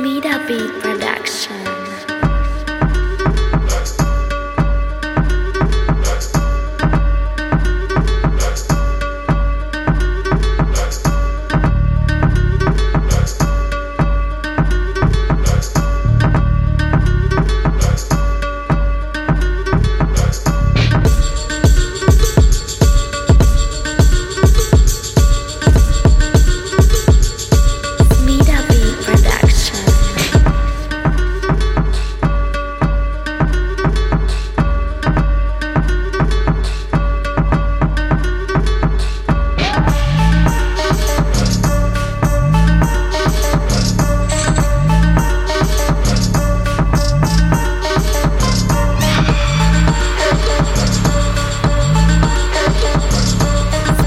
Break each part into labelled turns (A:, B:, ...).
A: Beat Production. Meet Up Beat Production.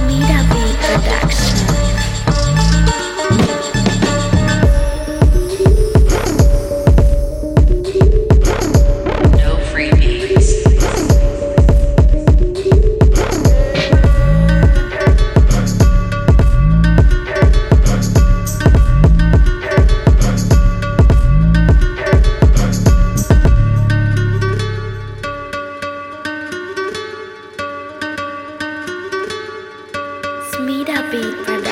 A: Meet Up Beat Production.
B: No freebies.
A: Meet Up Beat Production.